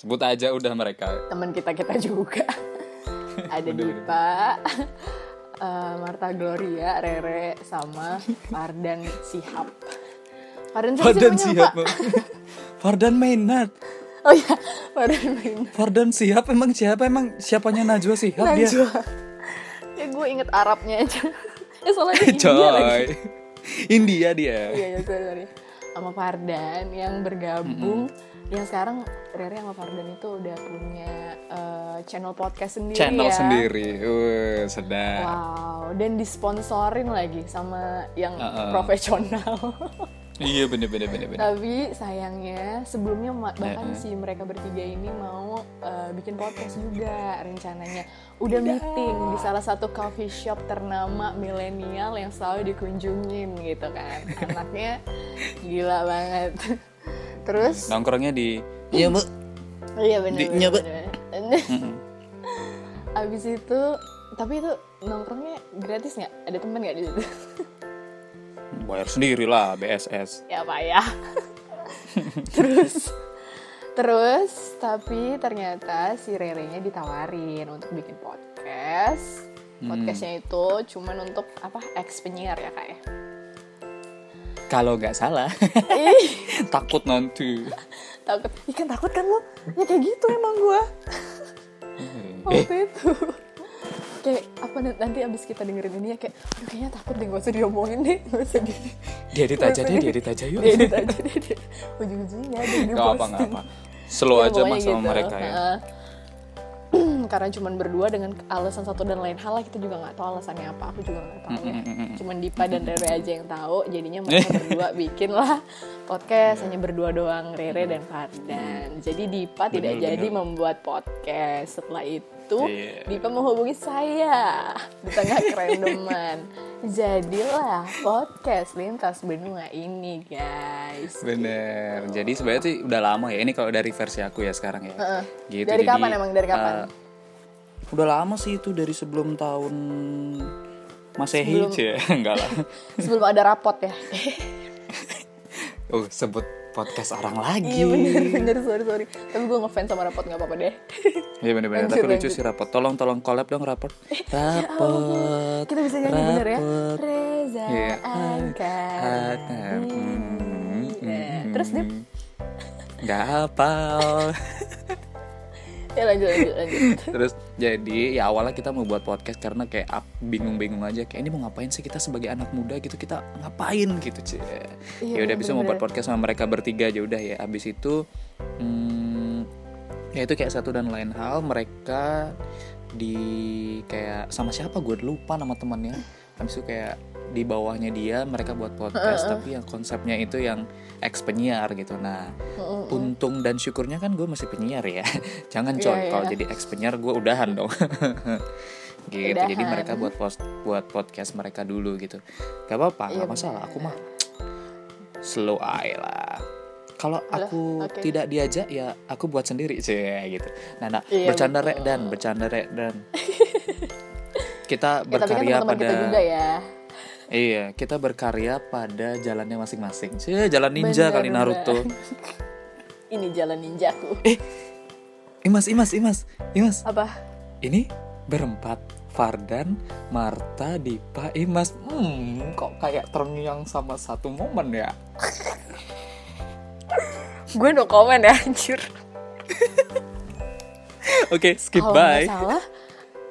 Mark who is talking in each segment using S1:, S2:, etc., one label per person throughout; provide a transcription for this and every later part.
S1: Sebut aja udah mereka.
S2: teman kita kita juga ada
S1: Bener-bener.
S2: Dipa eh, Marta Gloria Rere sama Fardan Sihab Fardan siapa sih
S1: Fardan
S2: namanya,
S1: siap.
S2: Pak?
S1: Fardan Mainat.
S2: oh iya Fardan Mainat
S1: Fardan siap emang siapa emang siapanya Najwa siap dia.
S2: Najwa ya gue inget Arabnya aja ya soalnya dia India lagi
S1: Coy. India dia.
S2: iya ya sorry, sorry. sama Fardan yang bergabung yang sekarang Rere sama Fardan itu udah punya eh, channel podcast sendiri
S1: Channel
S2: ya.
S1: sendiri. Uh, sedap.
S2: Wow, dan disponsorin lagi sama yang
S1: Uh-uh.
S2: profesional.
S1: Iya bener bener bener bener.
S2: Tapi sayangnya sebelumnya ma- bahkan
S1: Uh-uh.
S2: si mereka bertiga ini mau uh, bikin podcast juga rencananya. Udah meeting di salah satu coffee shop ternama milenial yang selalu dikunjungin gitu kan. Anaknya gila banget. Terus
S1: Nongkrongnya di Iya, Bu.
S2: Iya benar.
S1: Di- nyebut.
S2: Abis itu, tapi itu nongkrongnya gratis nggak? Ada temen nggak di situ?
S1: Bayar sendiri lah BSS.
S2: ya pak ya. terus, terus, tapi ternyata si Rere-nya ditawarin untuk bikin podcast.
S1: Hmm.
S2: Podcastnya itu cuman untuk apa? Ex penyiar ya kak ya.
S1: Kalau nggak salah,
S2: Iya.
S1: takut nanti.
S2: takut, ikan takut kan lo? Ya kayak gitu emang gua.
S1: Eh,
S2: waktu itu kayak apa na- nanti abis kita dengerin ini ya kayak aduh kayaknya takut deh gak usah diomongin deh gak usah di
S1: dia aja deh, dia aja yuk.
S2: diedit aja deh dia- ujung-ujungnya ada yang
S1: Gak apa
S2: diposting.
S1: gak apa. Slow
S2: Ya,
S1: aja
S2: pokoknya
S1: mas sama
S2: gitu.
S1: mereka ya.
S2: Heeh. karena cuman berdua dengan alasan satu dan lain hal lah kita juga nggak tahu alasannya apa aku juga nggak tahu ya cuman Dipa dan Rere aja yang tahu jadinya mereka berdua bikin lah podcast hanya berdua doang Rere dan Fardan jadi Dipa tidak
S1: Bener,
S2: jadi
S1: bener.
S2: membuat podcast setelah itu
S1: Iya.
S2: Dipa menghubungi saya di tengah kerendoman jadilah podcast lintas benua ini guys
S1: Bener. Jadi sebenarnya sih udah lama ya. Ini kalau dari versi aku ya sekarang ya.
S2: Heeh.
S1: Gitu.
S2: Dari
S1: jadi,
S2: kapan emang? Dari kapan?
S1: eh, udah lama sih itu dari sebelum tahun Masehi
S2: Sebelum-
S1: cie. Enggak lah.
S2: sebelum ada rapot ya
S1: Oh sebut podcast orang lagi.
S2: Iya bener bener sorry sorry Tapi gue ngefans sama rapot gak apa-apa deh
S1: Iya bener-bener.
S2: Lanjut,
S1: Tapi lucu
S2: lanjut. Ya
S1: sih rapot. Tolong tolong collab dong rapot. Rapot.
S2: Kita bisa nyanyi bener ya
S1: rapot.
S2: Reza
S1: Iya.
S2: angkat
S1: Ada-
S2: diri.
S1: Mm,
S2: Nah,
S1: mm,
S2: Terus Dip
S1: mm. Nggak hafal.
S2: Ya lanjut lanjut lanjut
S1: Terus jadi ya awalnya kita mau buat podcast karena kayak up- bingung-bingung aja kayak ini mau ngapain sih kita sebagai anak muda gitu kita ngapain gitu cie. ya
S2: Iya,
S1: udah bisa mau buat
S2: bener-bener.
S1: podcast sama mereka bertiga aja udah ya. Abis itu hmm, ya itu kayak satu dan lain hal mereka di kayak sama siapa gue lupa nama temannya. Habis itu kayak di bawahnya dia mereka buat podcast tapi yang konsepnya itu yang ex penyiar gitu. Nah, untung dan syukurnya kan gue masih penyiar ya jangan coy
S2: Iya, iya.
S1: kalau jadi ex penyiar gue udahan dong gitu jadi
S2: Udahan.
S1: mereka buat post buat podcast mereka dulu gitu gak apa apa
S2: Iya,
S1: gak masalah aku mah
S2: benar.
S1: slow aja lah kalau
S2: Alah,
S1: aku
S2: oke.
S1: tidak diajak ya aku buat sendiri sih gitu nah nah
S2: Iya,
S1: bercanda
S2: betul.
S1: rek dan bercanda rek dan kita
S2: Ya tapi kan
S1: berkarya
S2: teman-teman
S1: pada
S2: kita juga ya
S1: iya kita berkarya pada jalannya masing-masing Cie, jalan ninja kali
S2: Bener-bener.
S1: Naruto
S2: Ini jalan ninjaku
S1: Eh. Imas Imas Imas Imas
S2: Apa?
S1: Ini berempat Fardan, Marta, Dipa, Imas Hmm, kok kayak terngiang sama satu momen ya?
S2: Gue no komen ya anjir
S1: Oke, skip
S2: Kalau
S1: bye
S2: nggak salah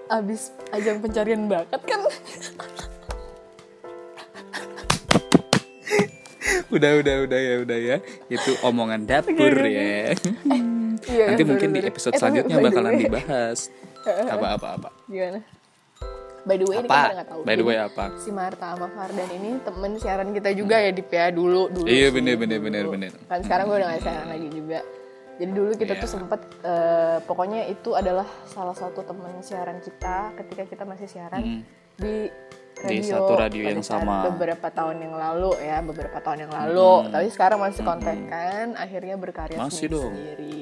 S2: Abis ajang pencarian bakat kan
S1: Udah, udah, udah ya, udah ya Itu omongan dapur ya
S2: Iya,
S1: Nanti
S2: sorry,
S1: mungkin di
S2: sorry.
S1: episode
S2: Eh, tapi
S1: selanjutnya
S2: by the
S1: bakalan
S2: way,
S1: dibahas Apa-apa-apa
S2: Gimana? By the way ini
S1: Apa?
S2: kita nggak tahu
S1: By the way
S2: Jadi,
S1: apa?
S2: si Marta sama Fardan ini temen siaran kita juga ya di PA dulu dulu.
S1: Iya,
S2: sih,
S1: bener, bener,
S2: dulu.
S1: bener, bener.
S2: Kan sekarang gue udah gak siaran lagi juga. Jadi dulu kita tuh
S1: Iya.
S2: sempet eh, pokoknya itu adalah salah satu temen siaran kita ketika kita masih siaran di radio,
S1: Hmm. Di satu radio
S2: pada
S1: yang
S2: saat
S1: sama. Hmm.
S2: beberapa tahun yang lalu ya beberapa tahun yang lalu tapi sekarang masih kontekan akhirnya berkarya
S1: Masih
S2: sendiri,
S1: dong.
S2: sendiri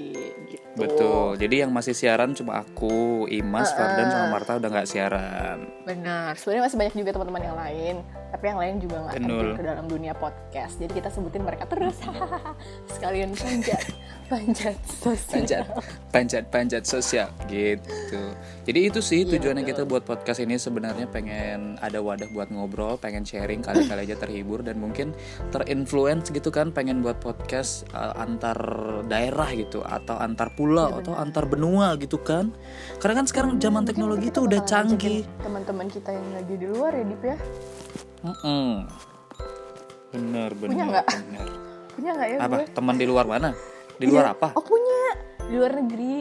S2: gitu
S1: Betul, jadi yang masih siaran cuma aku, Imas, Fardan, sama Marta udah nggak siaran
S2: Benar. Sebenarnya masih banyak juga teman-teman yang lain. tapi yang lain juga nggak
S1: Betul.
S2: terjun ke dalam dunia podcast jadi kita sebutin mereka terus sekalian panjat panjat sosial
S1: panjat panjat panjat sosial gitu jadi itu sih
S2: Iya,
S1: tujuannya kita
S2: betul.
S1: buat podcast ini sebenarnya pengen ada wadah buat ngobrol pengen sharing kali-kali aja terhibur dan mungkin terinfluence gitu kan pengen buat podcast uh, antar daerah gitu atau antar pulau
S2: Iya,
S1: atau antar benua gitu kan karena kan sekarang zaman
S2: Mungkin
S1: teknologi
S2: kita
S1: itu udah
S2: bakalan
S1: canggih
S2: ngajakin teman-teman kita yang lagi di luar ya Dip ya
S1: Mm-mm. bener bener
S2: Punya nggak?
S1: bener.
S2: punya nggak ya
S1: apa
S2: gue
S1: teman di luar mana di luar
S2: Iya.
S1: apa
S2: oh punya di luar negeri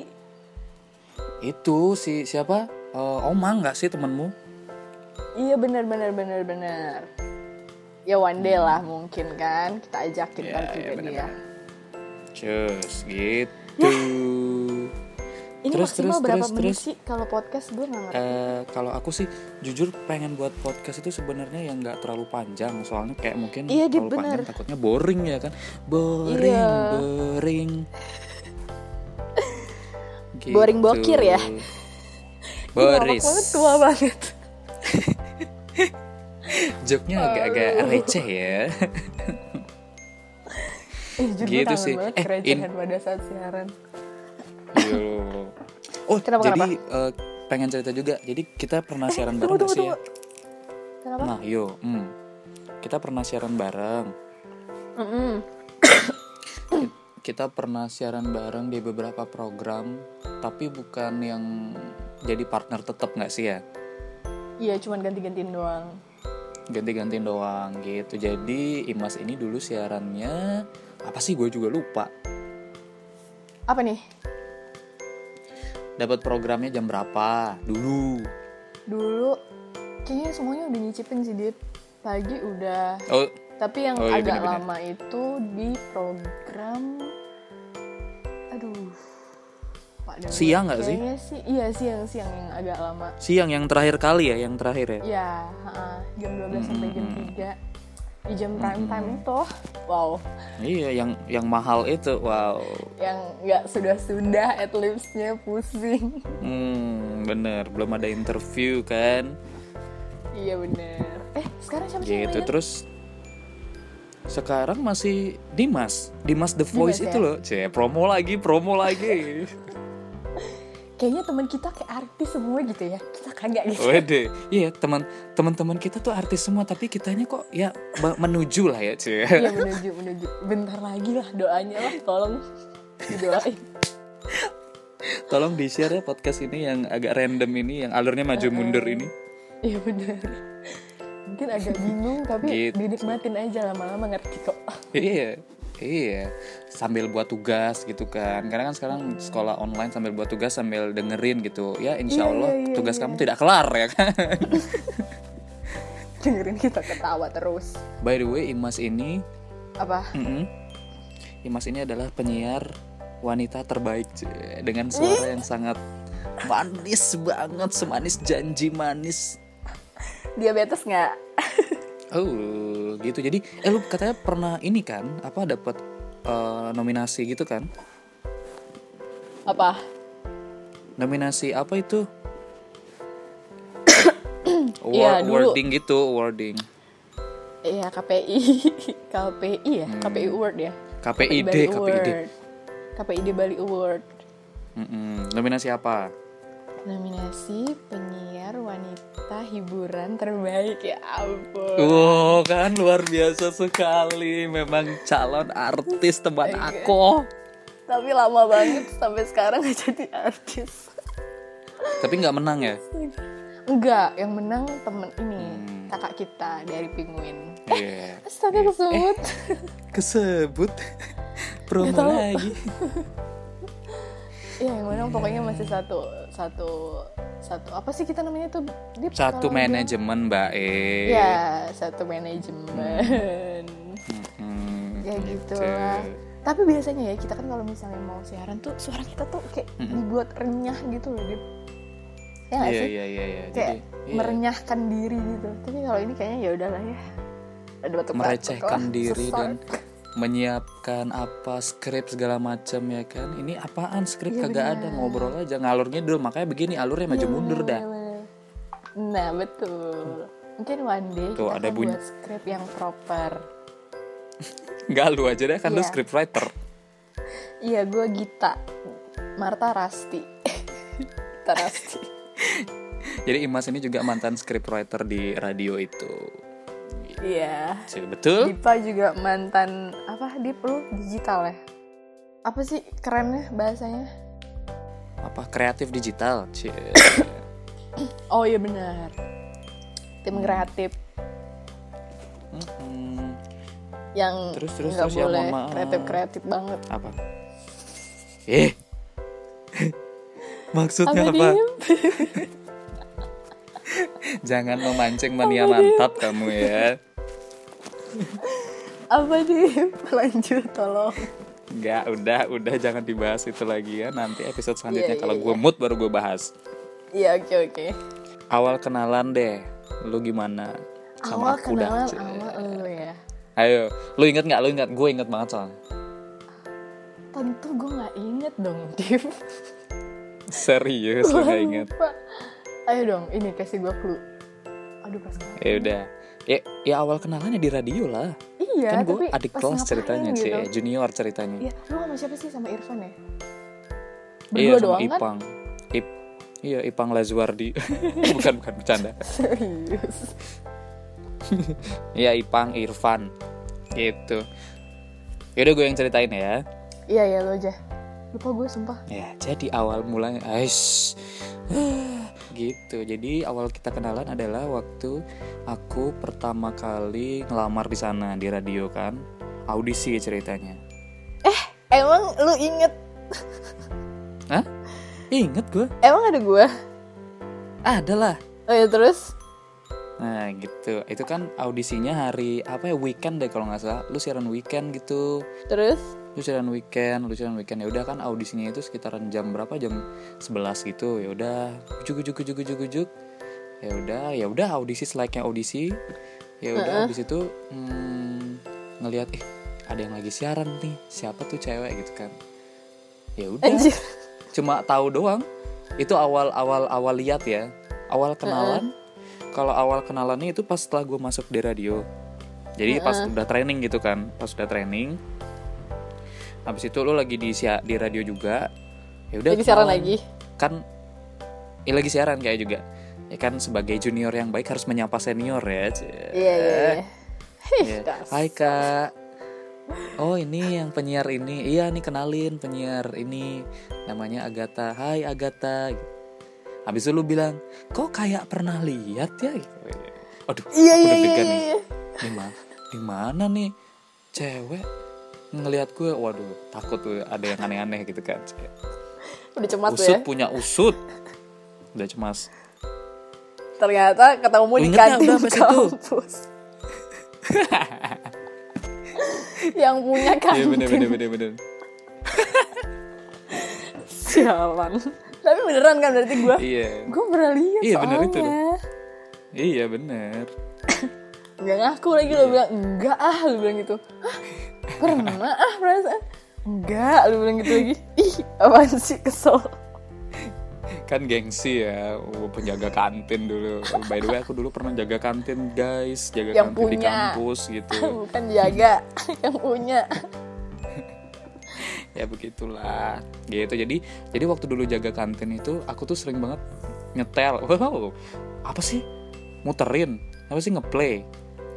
S1: itu si siapa Eh, omang nggak sih temanmu
S2: iya benar benar benar benar ya one day lah mungkin kan kita ajakin
S1: Iya,
S2: kan
S1: iya,
S2: juga dia
S1: benar-benar. Cus,
S2: Nah.
S1: gitu.
S2: ini
S1: Terus,
S2: maksimal
S1: terus,
S2: berapa
S1: terus,
S2: menit
S1: terus.
S2: sih kalau podcast gue nggak ngerti
S1: Eh, kalau aku sih jujur pengen buat podcast itu sebenarnya yang nggak terlalu panjang soalnya kayak mungkin
S2: Iya, Dit,
S1: terlalu panjang
S2: bener.
S1: takutnya boring ya kan boring
S2: Iya.
S1: boring Gitu.
S2: Boring bokir ya? Ih, lawak
S1: Boris
S2: banget tua banget
S1: joknya agak-agak receh ya
S2: eh, jujur
S1: Gitu
S2: kangen
S1: sih.
S2: banget
S1: Eh, in-
S2: kerecehan pada saat siaran
S1: Iya loh. oh
S2: Kenapa, Eh,
S1: jadi eh, pengen cerita juga jadi kita pernah siaran bareng
S2: tunggu
S1: nggak
S2: tunggu
S1: sih ya
S2: tunggu kenapa
S1: Nah, yo, hmm. kita pernah siaran bareng.
S2: Mm-mm.
S1: Kita pernah siaran bareng di beberapa program, tapi bukan yang jadi partner tetap nggak sih ya?
S2: iya cuman ganti-gantiin doang
S1: Ganti-gantiin doang gitu. Jadi Imas ini dulu siarannya apa sih? Gue juga lupa.
S2: apa nih
S1: Dapat programnya jam berapa dulu?
S2: dulu kayaknya semuanya udah nyicipin sih Dit pagi udah
S1: Oh,
S2: tapi yang
S1: Oh, iya,
S2: agak
S1: benar-benar.
S2: lama itu di program aduh Pak Dawi.
S1: Siang nggak sih?
S2: Kayaknya sih iya siang siang yang agak lama
S1: siang yang terakhir kali ya, yang terakhir ya.
S2: ya ha-ha, jam 12 sampai jam
S1: Mm-mm.
S2: 3 di jam prime time itu wow
S1: Iya, yang yang mahal itu. Wow.
S2: yang nggak sudah sudah at least-nya pusing
S1: Hmm, bener. Belum ada interview kan?
S2: iya bener eh sekarang siapa sih
S1: gitu
S2: namanya?
S1: terus sekarang masih Dimas Dimas The Voice
S2: Dimas,
S1: itu
S2: ya?
S1: loh Cie, promo lagi promo lagi
S2: kayaknya teman kita kayak artis semua gitu ya kita kagak gitu
S1: wede iya teman teman-teman kita tuh artis semua tapi kitanya kok ya ba- menuju lah ya cie
S2: Iya menuju menuju. Bentar lagi lah doanya lah tolong didoain.
S1: tolong di share ya podcast ini yang agak random ini yang alurnya maju mundur ini
S2: Iya benar. Mungkin agak bingung tapi
S1: Gitu.
S2: dinikmatin aja lama-lama ngerti kok.
S1: iya iya sambil buat tugas gitu kan karena kan sekarang sekolah online sambil buat tugas sambil dengerin gitu ya insya
S2: Iya,
S1: Allah
S2: iya, iya,
S1: tugas
S2: iya.
S1: kamu tidak kelar ya kan
S2: Dengerin kita ketawa terus.
S1: by the way Imas ini
S2: Apa?
S1: Mm-mm. Imas ini adalah penyiar wanita terbaik cuy. dengan suara yang sangat manis banget, semanis janji manis.
S2: Diabetes nggak?
S1: Oh, gitu. Jadi, eh lu katanya pernah ini kan, apa dapat eh, nominasi gitu kan?
S2: Apa?
S1: Nominasi apa itu? Award,
S2: Iya, dulu.
S1: awarding gitu, awarding.
S2: Iya KPI. KPI ya?
S1: Hmm.
S2: KPI Award ya?
S1: KPID,
S2: Bali
S1: KPID.
S2: Award. KPID Bali Award.
S1: Mm-mm. Nominasi apa?
S2: Nominasi penyiar wanita hiburan terbaik ya ampun.
S1: Wow, kan luar biasa sekali. Memang calon artis teman aku.
S2: Tapi lama banget sampai sekarang gak jadi artis.
S1: Tapi nggak menang ya?
S2: Enggak, yang menang temen ini
S1: Hmm.
S2: kakak kita dari penguin.
S1: Iya.
S2: Astaga kesebut.
S1: Kesebut promo
S2: Nggak tahu.
S1: lagi.
S2: Iya yang menang pokoknya masih satu satu satu apa sih kita namanya tuh? Dip,
S1: Satu
S2: kalau
S1: manajemen Mbak E.
S2: bilang? Ya satu manajemen.
S1: Mm,
S2: ya gitulah. Tapi biasanya ya kita kan kalau misalnya mau siaran tuh suara kita tuh kayak dibuat renyah gitu loh, Dip. Ya nggak
S1: Iya
S2: sih?
S1: iya iya iya.
S2: kayak
S1: iya.
S2: merenyahkan diri gitu. Tapi kalau ini kayaknya ya udahlah ya. Ada batuk
S1: merecehkan diri dan menyiapkan apa skrip segala macam ya kan ini apaan skrip
S2: Iya,
S1: kagak
S2: benar. Iya,
S1: ada ngobrol ya aja ngalurnya dulu makanya begini alurnya maju mundur dah
S2: Nah, gitu. betul. Mungkin one day
S1: Tuh,
S2: kita
S1: ada
S2: akan
S1: bunyi.
S2: buat script yang proper.
S1: Nggak lu aja deh, kan lu
S2: Iya.
S1: script writer.
S2: Iya, gue Gita. Marta Rasti. Gita Rasti.
S1: Jadi Imas ini juga mantan script writer di radio itu.
S2: Iya.
S1: Sih, betul?
S2: Dipa juga mantan apa Dip lu digital ya? Apa sih kerennya bahasanya?
S1: Apa kreatif digital? Cie.
S2: Oh iya benar. Tim kreatif
S1: Mm-mm.
S2: yang
S1: Terus, terus,
S2: nggak
S1: terus, ya,
S2: boleh
S1: mohon maaf.
S2: kreatif kreatif banget.
S1: Apa? Eh. Maksudnya apa?
S2: Dip?
S1: Jangan memancing mania mantap kamu ya.
S2: Apa Dip? Lanjut tolong.
S1: Enggak, udah, udah jangan dibahas itu lagi ya. Nanti episode selanjutnya
S2: iya,
S1: kalau
S2: iya.
S1: gue mood baru gue bahas.
S2: Iya oke oke.
S1: Awal kenalan deh. Lu gimana? Sama
S2: Awal
S1: aku dah,
S2: kenalan
S1: Cie.
S2: sama lu ya.
S1: Ayo, lu inget nggak? Lu inget? Gue inget banget soalnya.
S2: Tentu gue nggak inget dong Dip.
S1: Serius lu nggak inget?
S2: Lupa. Ayo dong, ini kasih gue clue. Aduh pas ngapain?
S1: Ya udah. Ya, ya awal kenalannya di radio lah.
S2: Iya,
S1: kan gue
S2: tapi
S1: adik
S2: pas
S1: kelas
S2: ngapain
S1: ceritanya,
S2: gitu.
S1: Cie. Junior ceritanya.
S2: Iya, lu sama siapa sih sama Irfan ya?
S1: iya,
S2: Berdua
S1: sama
S2: doang kan?
S1: Ipang. Ip, iya, Ipang Lazuardi. bukan, bukan bercanda.
S2: Serius.
S1: Iya, Ipang Irfan. Gitu. Yaudah gue yang ceritain ya.
S2: Iya iya lu aja. Lupa gue sumpah.
S1: Ya, jadi awal mulanya, ais, gitu. Jadi awal kita kenalan adalah waktu aku pertama kali ngelamar di sana di radio kan, audisi ceritanya.
S2: Emang lu inget?
S1: Hah? Ingat gue?
S2: Emang ada gue?
S1: Ada lah.
S2: Oh ya terus?
S1: Nah gitu, itu kan audisinya hari apa ya weekend deh kalau nggak salah. Lu siaran weekend gitu,
S2: Terus?
S1: lu siaran weekend, lu siaran weekend ya udah kan audisinya itu sekitaran jam berapa jam 11 gitu ya udah ujuk ujuk ujuk ujuk ujuk ya udah ya udah audisi selayaknya audisi ya udah habis itu hmm, ngelihat eh ada yang lagi siaran nih siapa tuh cewek gitu kan ya udah
S2: Anjir.
S1: cuma tahu doang itu awal awal awal lihat ya awal kenalan kalau awal kenalannya itu pas setelah gue masuk di radio jadi pas udah training gitu kan pas udah training habis itu lo lagi di sia- di radio juga ya udah
S2: Jadi siaran
S1: kenalan.
S2: lagi.
S1: kan ya lagi siaran kayak juga ya kan sebagai junior yang baik harus menyapa senior ya cie.
S2: Iya iya iya. Hih,
S1: Eh. Iya.
S2: das.
S1: Hai kak Oh ini yang penyiar ini Iya nih kenalin penyiar ini Namanya Agatha Hai Agatha Habis itu lu bilang Kok kayak pernah lihat ya gitu. Aduh
S2: Iya
S1: aku
S2: iya iya
S1: deg-degan
S2: iya.
S1: nih.
S2: iya.
S1: Di ma- di mana nih Cewek ngelihat gue Waduh takut tuh ada yang aneh-aneh gitu kan
S2: Udah cemas tuh
S1: Usut
S2: ya.
S1: punya usut Udah cemas
S2: Ternyata ketemu di
S1: Inget nggak
S2: kantin
S1: udah pas itu?
S2: kampus. Yang punya
S1: Iya bener bener
S2: kantin.
S1: bener bener
S2: Sialan. Tapi beneran kan berarti gue?
S1: Iya
S2: Gue pernah lihat
S1: Iya, bener
S2: soalnya.
S1: itu. Iya bener
S2: nggak ngaku ah, lagi lo bilang enggak ah lo bilang gitu Hah? pernah ah perasaan enggak lo bilang gitu lagi ih apaan sih kesel
S1: kan gengsi ya uh, penjaga kantin dulu Oh, by the way aku dulu pernah jaga kantin guys jaga
S2: Yang
S1: kantin di
S2: punya.
S1: kampus gitu
S2: Ah, bukan jaga yang punya
S1: ya begitulah gitu jadi jadi waktu dulu jaga kantin itu aku tuh sering banget nyetel wow apa sih muterin apa sih ngeplay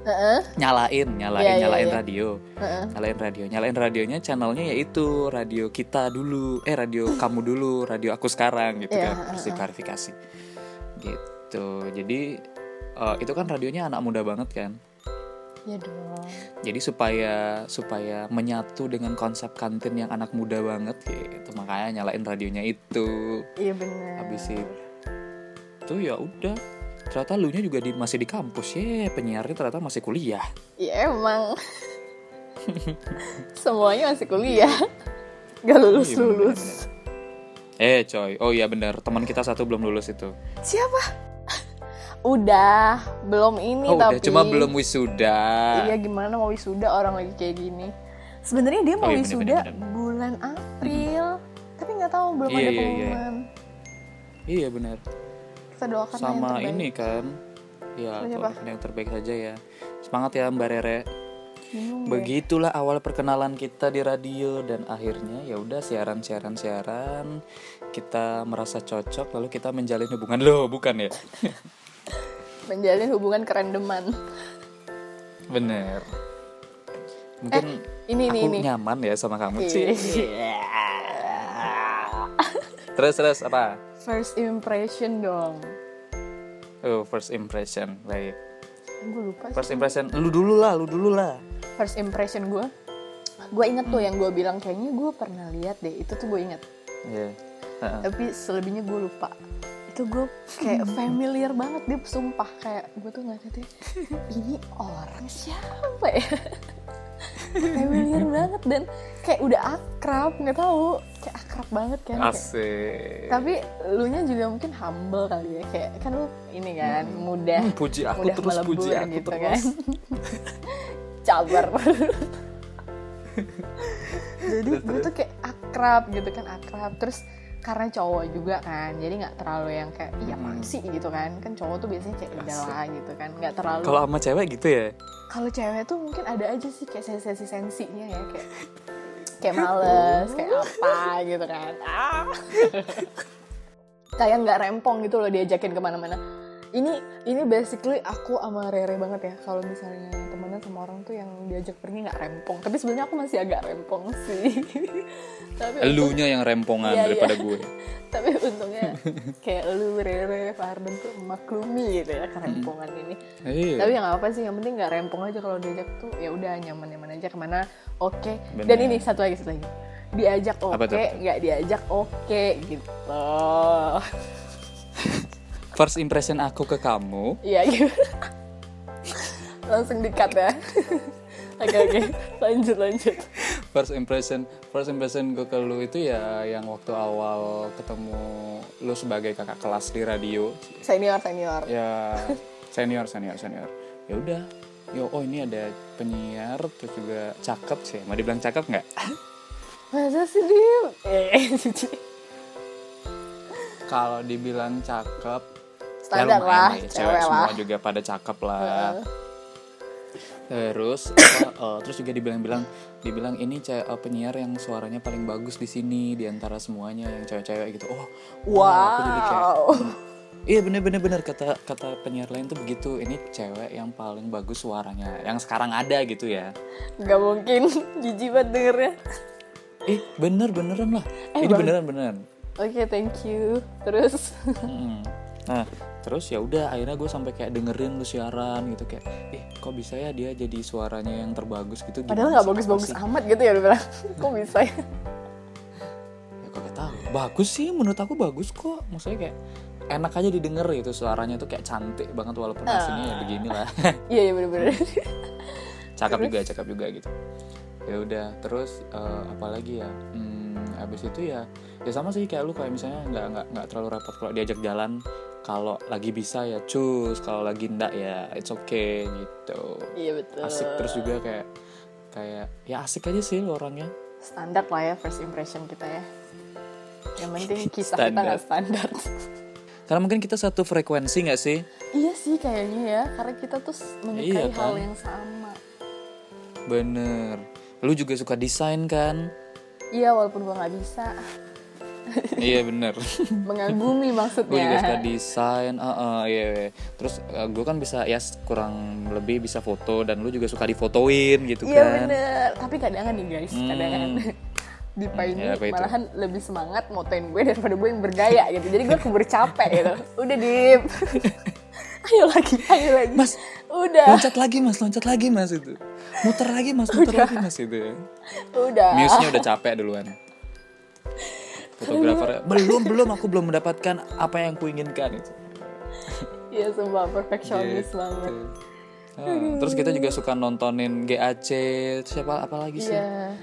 S2: Heeh,
S1: nyalain nyalain
S2: Iya, iya,
S1: nyalain
S2: iya.
S1: radio
S2: heeh.
S1: nyalain radio nyalain radionya channelnya yaitu radio kita dulu eh radio kamu dulu radio aku sekarang gitu
S2: Iya,
S1: kan harus diklarifikasi gitu jadi eh, itu kan radionya anak muda banget kan
S2: ya dong
S1: jadi supaya supaya menyatu dengan konsep kantin yang anak muda banget gitu makanya nyalain radionya itu
S2: iya benar
S1: habis itu ya udah ternyata lu nya juga di, masih di kampus ya penyiarnya ternyata masih kuliah
S2: iya emang semuanya masih kuliah gak lulus
S1: Iya, bener,
S2: lulus
S1: eh coy oh iya bener teman kita satu belum lulus itu
S2: siapa udah belum ini
S1: Oh
S2: tapi
S1: udah, cuma belum wisuda.
S2: Iya gimana mau wisuda orang lagi kayak gini. Sebenarnya dia
S1: Oh,
S2: mau
S1: iya, bener,
S2: wisuda
S1: bener,
S2: bulan April, tapi nggak tahu belum
S1: Iya,
S2: ada
S1: iya, iya.
S2: pengumuman.
S1: Iya benar.
S2: Kita doakan aja yang
S1: Sama
S2: terbaik.
S1: ini kan ya
S2: Sama siapa? Iya.
S1: doakan yang terbaik saja ya semangat ya mbak Rere
S2: Bingung deh.
S1: begitulah awal perkenalan kita di radio dan akhirnya ya udah siaran siaran siaran kita merasa cocok lalu kita menjalin hubungan loh bukan ya
S2: menjalin hubungan kerendeman
S1: bener mungkin
S2: Eh, ini ini
S1: aku
S2: ini
S1: nyaman ya sama kamu
S2: Iya.
S1: sih terus terus apa
S2: first impression dong
S1: oh, first impression baik
S2: gue lupa sih.
S1: first impression lu dulu lah lu dulu lah
S2: first impression gue gue
S1: Hmm.
S2: inget tuh yang gue bilang kayaknya gue pernah lihat deh itu tuh gue inget
S1: Iya. Heeh.
S2: tapi selebihnya gue lupa itu gue kayak familiar banget dia sumpah kayak gue tuh ngeliatnya ini orang siapa ya familiar banget dan kayak udah akrab nggak tahu kayak akrab banget kan kayak-
S1: asik
S2: tapi lu nya juga mungkin humble kali ya kayak kan lu ini kan mudah
S1: Hmm, puji aku
S2: mudah
S1: terus
S2: melebur
S1: puji aku
S2: gitu
S1: terus
S2: kan cabar jadi gue tuh kayak akrab gitu kan akrab terus karena cowok juga kan jadi nggak terlalu yang kayak iya
S1: Mm-mm.
S2: masih gitu kan kan cowok tuh biasanya kayak udah
S1: Hmm. Asik.
S2: lah gitu kan nggak terlalu
S1: kalau sama cewek gitu ya
S2: kalau cewek tuh mungkin ada aja sih kayak sensi sensinya ya kayak kayak males kayak apa gitu kan ah. kayak nggak rempong gitu loh diajakin kemana-mana ini ini basically aku sama Rere banget ya kalau misalnya temenan sama orang tuh yang diajak pergi nggak rempong tapi sebenarnya aku masih agak rempong sih tapi untung-
S1: elunya yang rempongan
S2: Iya, iya.
S1: daripada gue
S2: tapi untungnya kayak lu Rere Farden tuh maklumi gitu ya kerempongan ini
S1: iya
S2: tapi yang apa sih yang penting nggak rempong aja kalau diajak tuh ya udah nyaman nyaman aja kemana oke
S1: Bener.
S2: dan ini satu lagi satu lagi diajak oke
S1: Apa tuh, apa tuh?
S2: nggak diajak oke gitu
S1: first impression aku ke kamu
S2: iya gitu langsung dikat ya oke oke lanjut lanjut
S1: first impression first impression gue ke lu itu ya yang waktu awal ketemu lu sebagai kakak kelas di radio
S2: senior senior
S1: ya senior senior senior ya udah yo oh ini ada penyiar terus juga cakep sih mau dibilang cakep nggak
S2: masa sih dia eh
S1: kalau dibilang cakep ya
S2: Standar
S1: lumayan
S2: lah,
S1: ya,
S2: cewek
S1: cewek semua
S2: lah.
S1: juga pada cakep lah terus apa, eh, terus juga dibilang-bilang dibilang ini ce- eh, penyiar yang suaranya paling bagus di sini di antara semuanya yang cewek-cewek gitu oh aku jadi kayak
S2: wow
S1: Iya bener-bener bener kata kata penyiar lain tuh begitu ini cewek yang paling bagus suaranya yang sekarang ada gitu ya
S2: nggak mungkin jijik banget dengernya
S1: eh bener beneran lah ini
S2: Eh, bang.
S1: beneran beneran
S2: oke thank you terus
S1: Mm-mm. Nah, terus ya udah akhirnya gue sampai kayak dengerin lu siaran gitu kayak, eh kok bisa ya dia jadi suaranya yang terbagus gitu? gimana
S2: Padahal nggak
S1: sih?
S2: bagus-bagus
S1: Apa sih?"
S2: amat gitu ya lu bilang. Kok bisa ya?
S1: Ya kagak tahu. Bagus sih, menurut aku bagus kok. Maksudnya kayak enak aja didengar gitu suaranya tuh kayak cantik banget walaupun aslinya
S2: Ah.
S1: ya beginilah.
S2: Iya iya bener-bener.
S1: cakep juga, cakep juga gitu. Ya udah, terus eh, apalagi ya? Hmm, abis itu ya, ya sama sih kayak lu kayak misalnya nggak nggak nggak terlalu repot kalau diajak jalan. Kalau lagi bisa ya cus, kalau lagi ndak ya it's okay gitu.
S2: Iya betul.
S1: asik terus juga kayak kayak ya asik aja sih lu orangnya
S2: Standar lah ya first impression kita ya. Yang penting kisah kita
S1: Standar.
S2: nggak standar.
S1: karena mungkin kita satu frekuensi nggak sih
S2: iya sih kayaknya ya. Karena kita tuh s-
S1: Iya,
S2: menyukai
S1: kan?
S2: hal yang sama.
S1: bener lu juga suka desain kan
S2: Iya walaupun gua nggak bisa
S1: iya bener gue
S2: mengagumi
S1: juga suka
S2: maksudnya.
S1: desain ah ah, iya iya. terus gue kan bisa ya s- kurang lebih bisa foto dan lu juga suka difotoin gitu
S2: Iya
S1: kan
S2: bener. Tapi kadang nih guys,
S1: Hmm.
S2: kadang di ini
S1: ya, apa itu?
S2: malahan lebih semangat motoin gue daripada gue yang berdaya gitu. Jadi gue keburu capek gitu. Udah dip. ayo lagi, ayo lagi.
S1: Mas,
S2: udah,
S1: loncat lagi mas loncat lagi mas itu muter lagi mas muter lagi mas itu ya.
S2: udah.
S1: Muse-nya udah capek duluan. Fotografer belum belum aku belum mendapatkan apa yang kuinginkan itu.
S2: Iya sumpah perfeksionis
S1: Gitu.
S2: banget.
S1: Ah, terus kita juga suka nontonin GAC siapa apa lagi sih?
S2: Iya.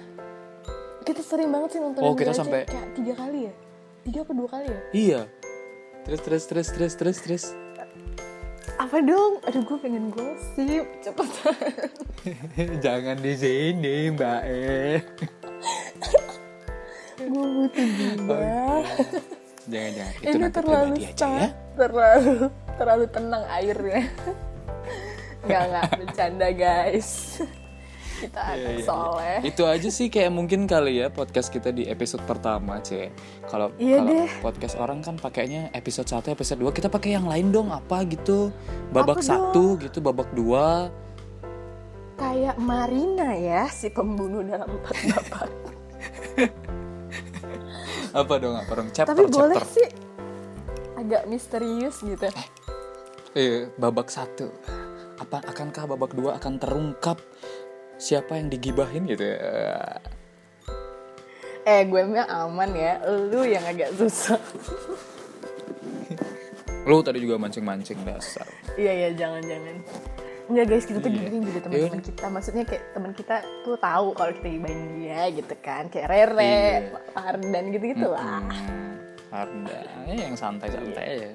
S2: Kita sering banget sih nonton
S1: Oh, kita sampai-
S2: kayak tiga kali ya. Tiga apa dua kali ya?
S1: Iya. Terus terus terus terus terus terus.
S2: Apa dong? Aduh gue pengen gosip cepet.
S1: Jangan di sini, Mbak E.
S2: gue butuh gibah.
S1: Oh, Jangan jangan. Itu
S2: Ini
S1: nanti
S2: terlalu
S1: pribadi aja ya.
S2: star, terlalu terlalu tenang airnya nggak nggak bercanda guys kita
S1: Iya,
S2: anak
S1: iya, iya.
S2: soleh
S1: Itu aja sih kayak mungkin kali ya podcast kita di episode pertama, C. Kalau
S2: Iya
S1: kalau
S2: deh.
S1: podcast orang kan pakainya episode 1, episode 2, kita pakai yang lain dong apa gitu. Babak
S2: Apa
S1: satu gitu, babak dua
S2: kayak Marina ya si pembunuh dalam empat bapak
S1: apa dong apa dong chapter
S2: tapi boleh
S1: chapter.
S2: sih agak misterius gitu
S1: Iya, babak satu Apa akankah babak dua akan terungkap siapa yang digibahin gitu ya?
S2: eh gue mah aman ya lu yang agak susah
S1: Lu tadi juga mancing-mancing dasar.
S2: Iya iya jangan jangan. Enggak guys kita tuh
S1: Iya.
S2: gini gitu teman-teman
S1: Iya.
S2: kita. Maksudnya kayak teman kita tuh tahu kalau kita gibahin dia gitu kan. Kayak Rere,
S1: Iya.
S2: Ardan gitu-gitu lah.
S1: Harda, ya Hmm, yang santai-santai aja.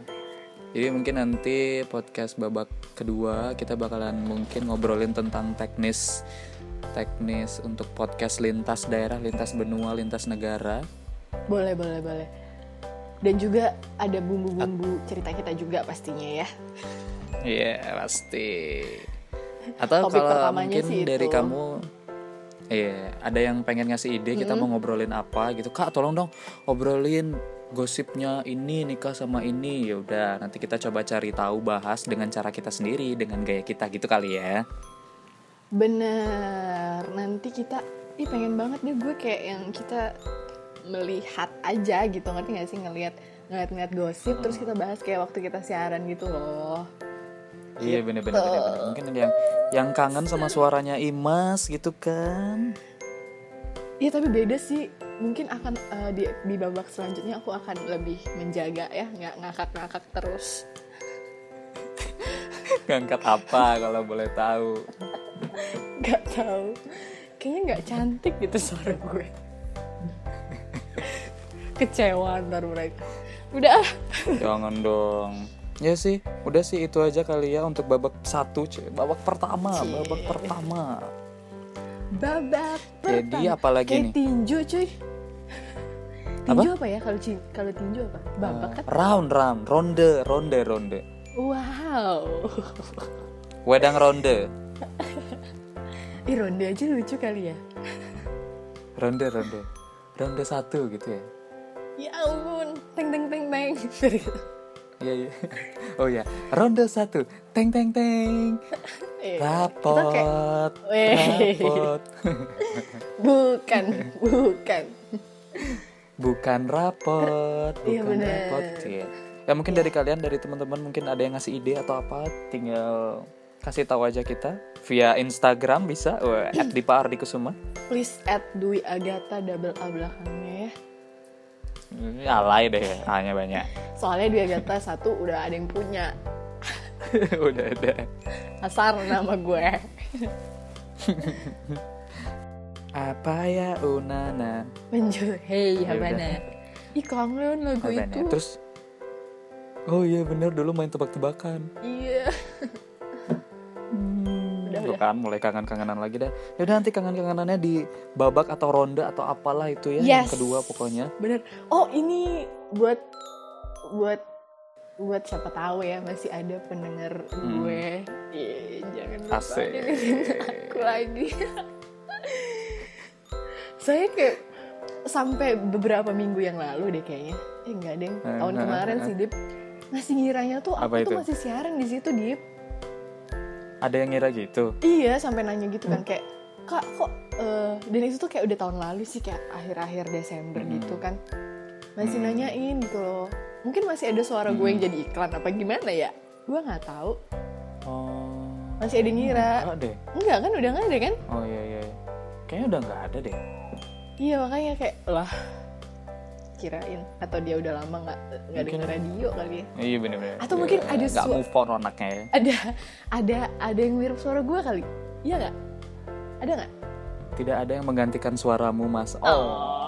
S1: Jadi mungkin nanti podcast babak kedua kita bakalan mungkin ngobrolin tentang teknis teknis untuk podcast lintas daerah, lintas benua, lintas negara.
S2: Boleh boleh boleh. Dan juga ada bumbu-bumbu cerita kita juga pastinya ya.
S1: Iya pasti. Atau
S2: Topik
S1: kalau
S2: pertamanya
S1: mungkin
S2: sih itu.
S1: dari kamu, iya ada yang pengen ngasih ide kita mau ngobrolin apa gitu, kak tolong dong obrolin gosipnya ini nikah sama ini ya udah nanti kita coba cari tahu bahas dengan cara kita sendiri dengan gaya kita gitu kali ya
S2: Bener. Nanti kita ih pengen banget deh gue kayak yang kita melihat aja gitu ngerti gak sih ngelihat ngeliat-ngeliat gosip terus kita bahas kayak waktu kita siaran gitu loh.
S1: iya bener-bener bener-bener.
S2: Gitu.
S1: mungkin ada yang yang kangen sama suaranya Imas gitu kan
S2: Iya tapi beda sih. Mungkin akan eh, di, di babak selanjutnya aku akan lebih menjaga ya, nggak ngakak-ngakak terus.
S1: ngangkat apa kalau boleh tahu
S2: Nggak tahu. Kayaknya nggak cantik gitu suara gue. Kecewa ntar mereka. Udah ah.
S1: Jangan dong. Ya sih, udah sih itu aja kali ya untuk babak satu, cuy. babak pertama,
S2: Cie.
S1: babak pertama.
S2: babak pertama.
S1: Jadi apalagi
S2: Kayak
S1: nih?
S2: tinju cuy. Tinju apa, ya kalau ci- kalau tinju apa? Babak kan.
S1: Eh, Round, round, ronde, ronde, ronde.
S2: Wow.
S1: Wedang ronde,
S2: Ih ronde aja lucu kali ya.
S1: ronde, ronde, ronde satu gitu ya.
S2: Ya ampun, teng teng teng teng.
S1: Iya, iya. Oh ya, ronde satu, teng teng teng,
S2: Iya. Kita kayak
S1: rapot,
S2: Weh.
S1: rapot,
S2: Bukan, bukan.
S1: bukan rapot,
S2: Iya,
S1: bukan
S2: bener. Iya.
S1: rapot. Cie. Ya mungkin dari kalian, dari teman-teman mungkin ada yang ngasih ide atau apa, tinggal kasih tahu aja kita via Instagram bisa at @dipaardikusuma.
S2: Please add Dwi Agatha double A belakangnya ya.
S1: Ini Alay deh, hanya banyak.
S2: Soalnya Dwi Agatha satu udah ada yang punya.
S1: Udah ada.
S2: Asar nama gue.
S1: Apa ya Unana?
S2: Menjuhei
S1: Ya
S2: Habana. Ih kangen lagu
S1: Apaan
S2: itu.
S1: ya? Terus Oh iya bener dulu main tebak-tebakan.
S2: Iya. Udah,
S1: Tuh
S2: udah.
S1: kan mulai kangen-kangenan lagi dah. Ya udah nanti kangen-kangenannya di babak atau ronde atau apalah itu ya yang
S2: Yes.
S1: kedua pokoknya.
S2: Bener. Oh ini buat buat buat siapa tahu ya masih ada pendengar gue. Ih, jangan
S1: Hmm.
S2: lupa
S1: Asik.
S2: dengerin aku lagi. Saya kayak sampai beberapa minggu yang lalu deh kayaknya. Eh enggak deng. Tahun
S1: Eh, eh,
S2: kemarin
S1: eh,
S2: sih Dip masih ngiranya tuh
S1: Apa
S2: aku
S1: itu?
S2: tuh masih siaran di situ Dip.
S1: Ada yang ngira gitu.
S2: Iya, sampai nanya gitu
S1: Hmm.
S2: kan kayak kak kok eh dan itu tuh kayak udah tahun lalu sih kayak akhir-akhir Desember
S1: Hmm.
S2: gitu kan masih
S1: Hmm.
S2: nanyain gitu loh. Mungkin masih ada suara gue yang jadi iklan apa gimana ya? Gue nggak tahu.
S1: Oh.
S2: Masih ada yang ngira.
S1: Enggak deh.
S2: Enggak kan udah nggak ada kan?
S1: Oh iya iya. iya. Kayaknya udah nggak ada deh.
S2: Iya makanya kayak lah kirain atau dia udah lama nggak nggak
S1: Mungkin.
S2: denger radio kali ya.
S1: Iya bener-bener.
S2: Atau mungkin ada
S1: nggak
S2: su-
S1: move on anaknya ya.
S2: Ada ada ada yang mirip suara gue kali. Iya nggak? Ada nggak?
S1: Tidak ada yang menggantikan suaramu mas. Oh.
S2: Oh.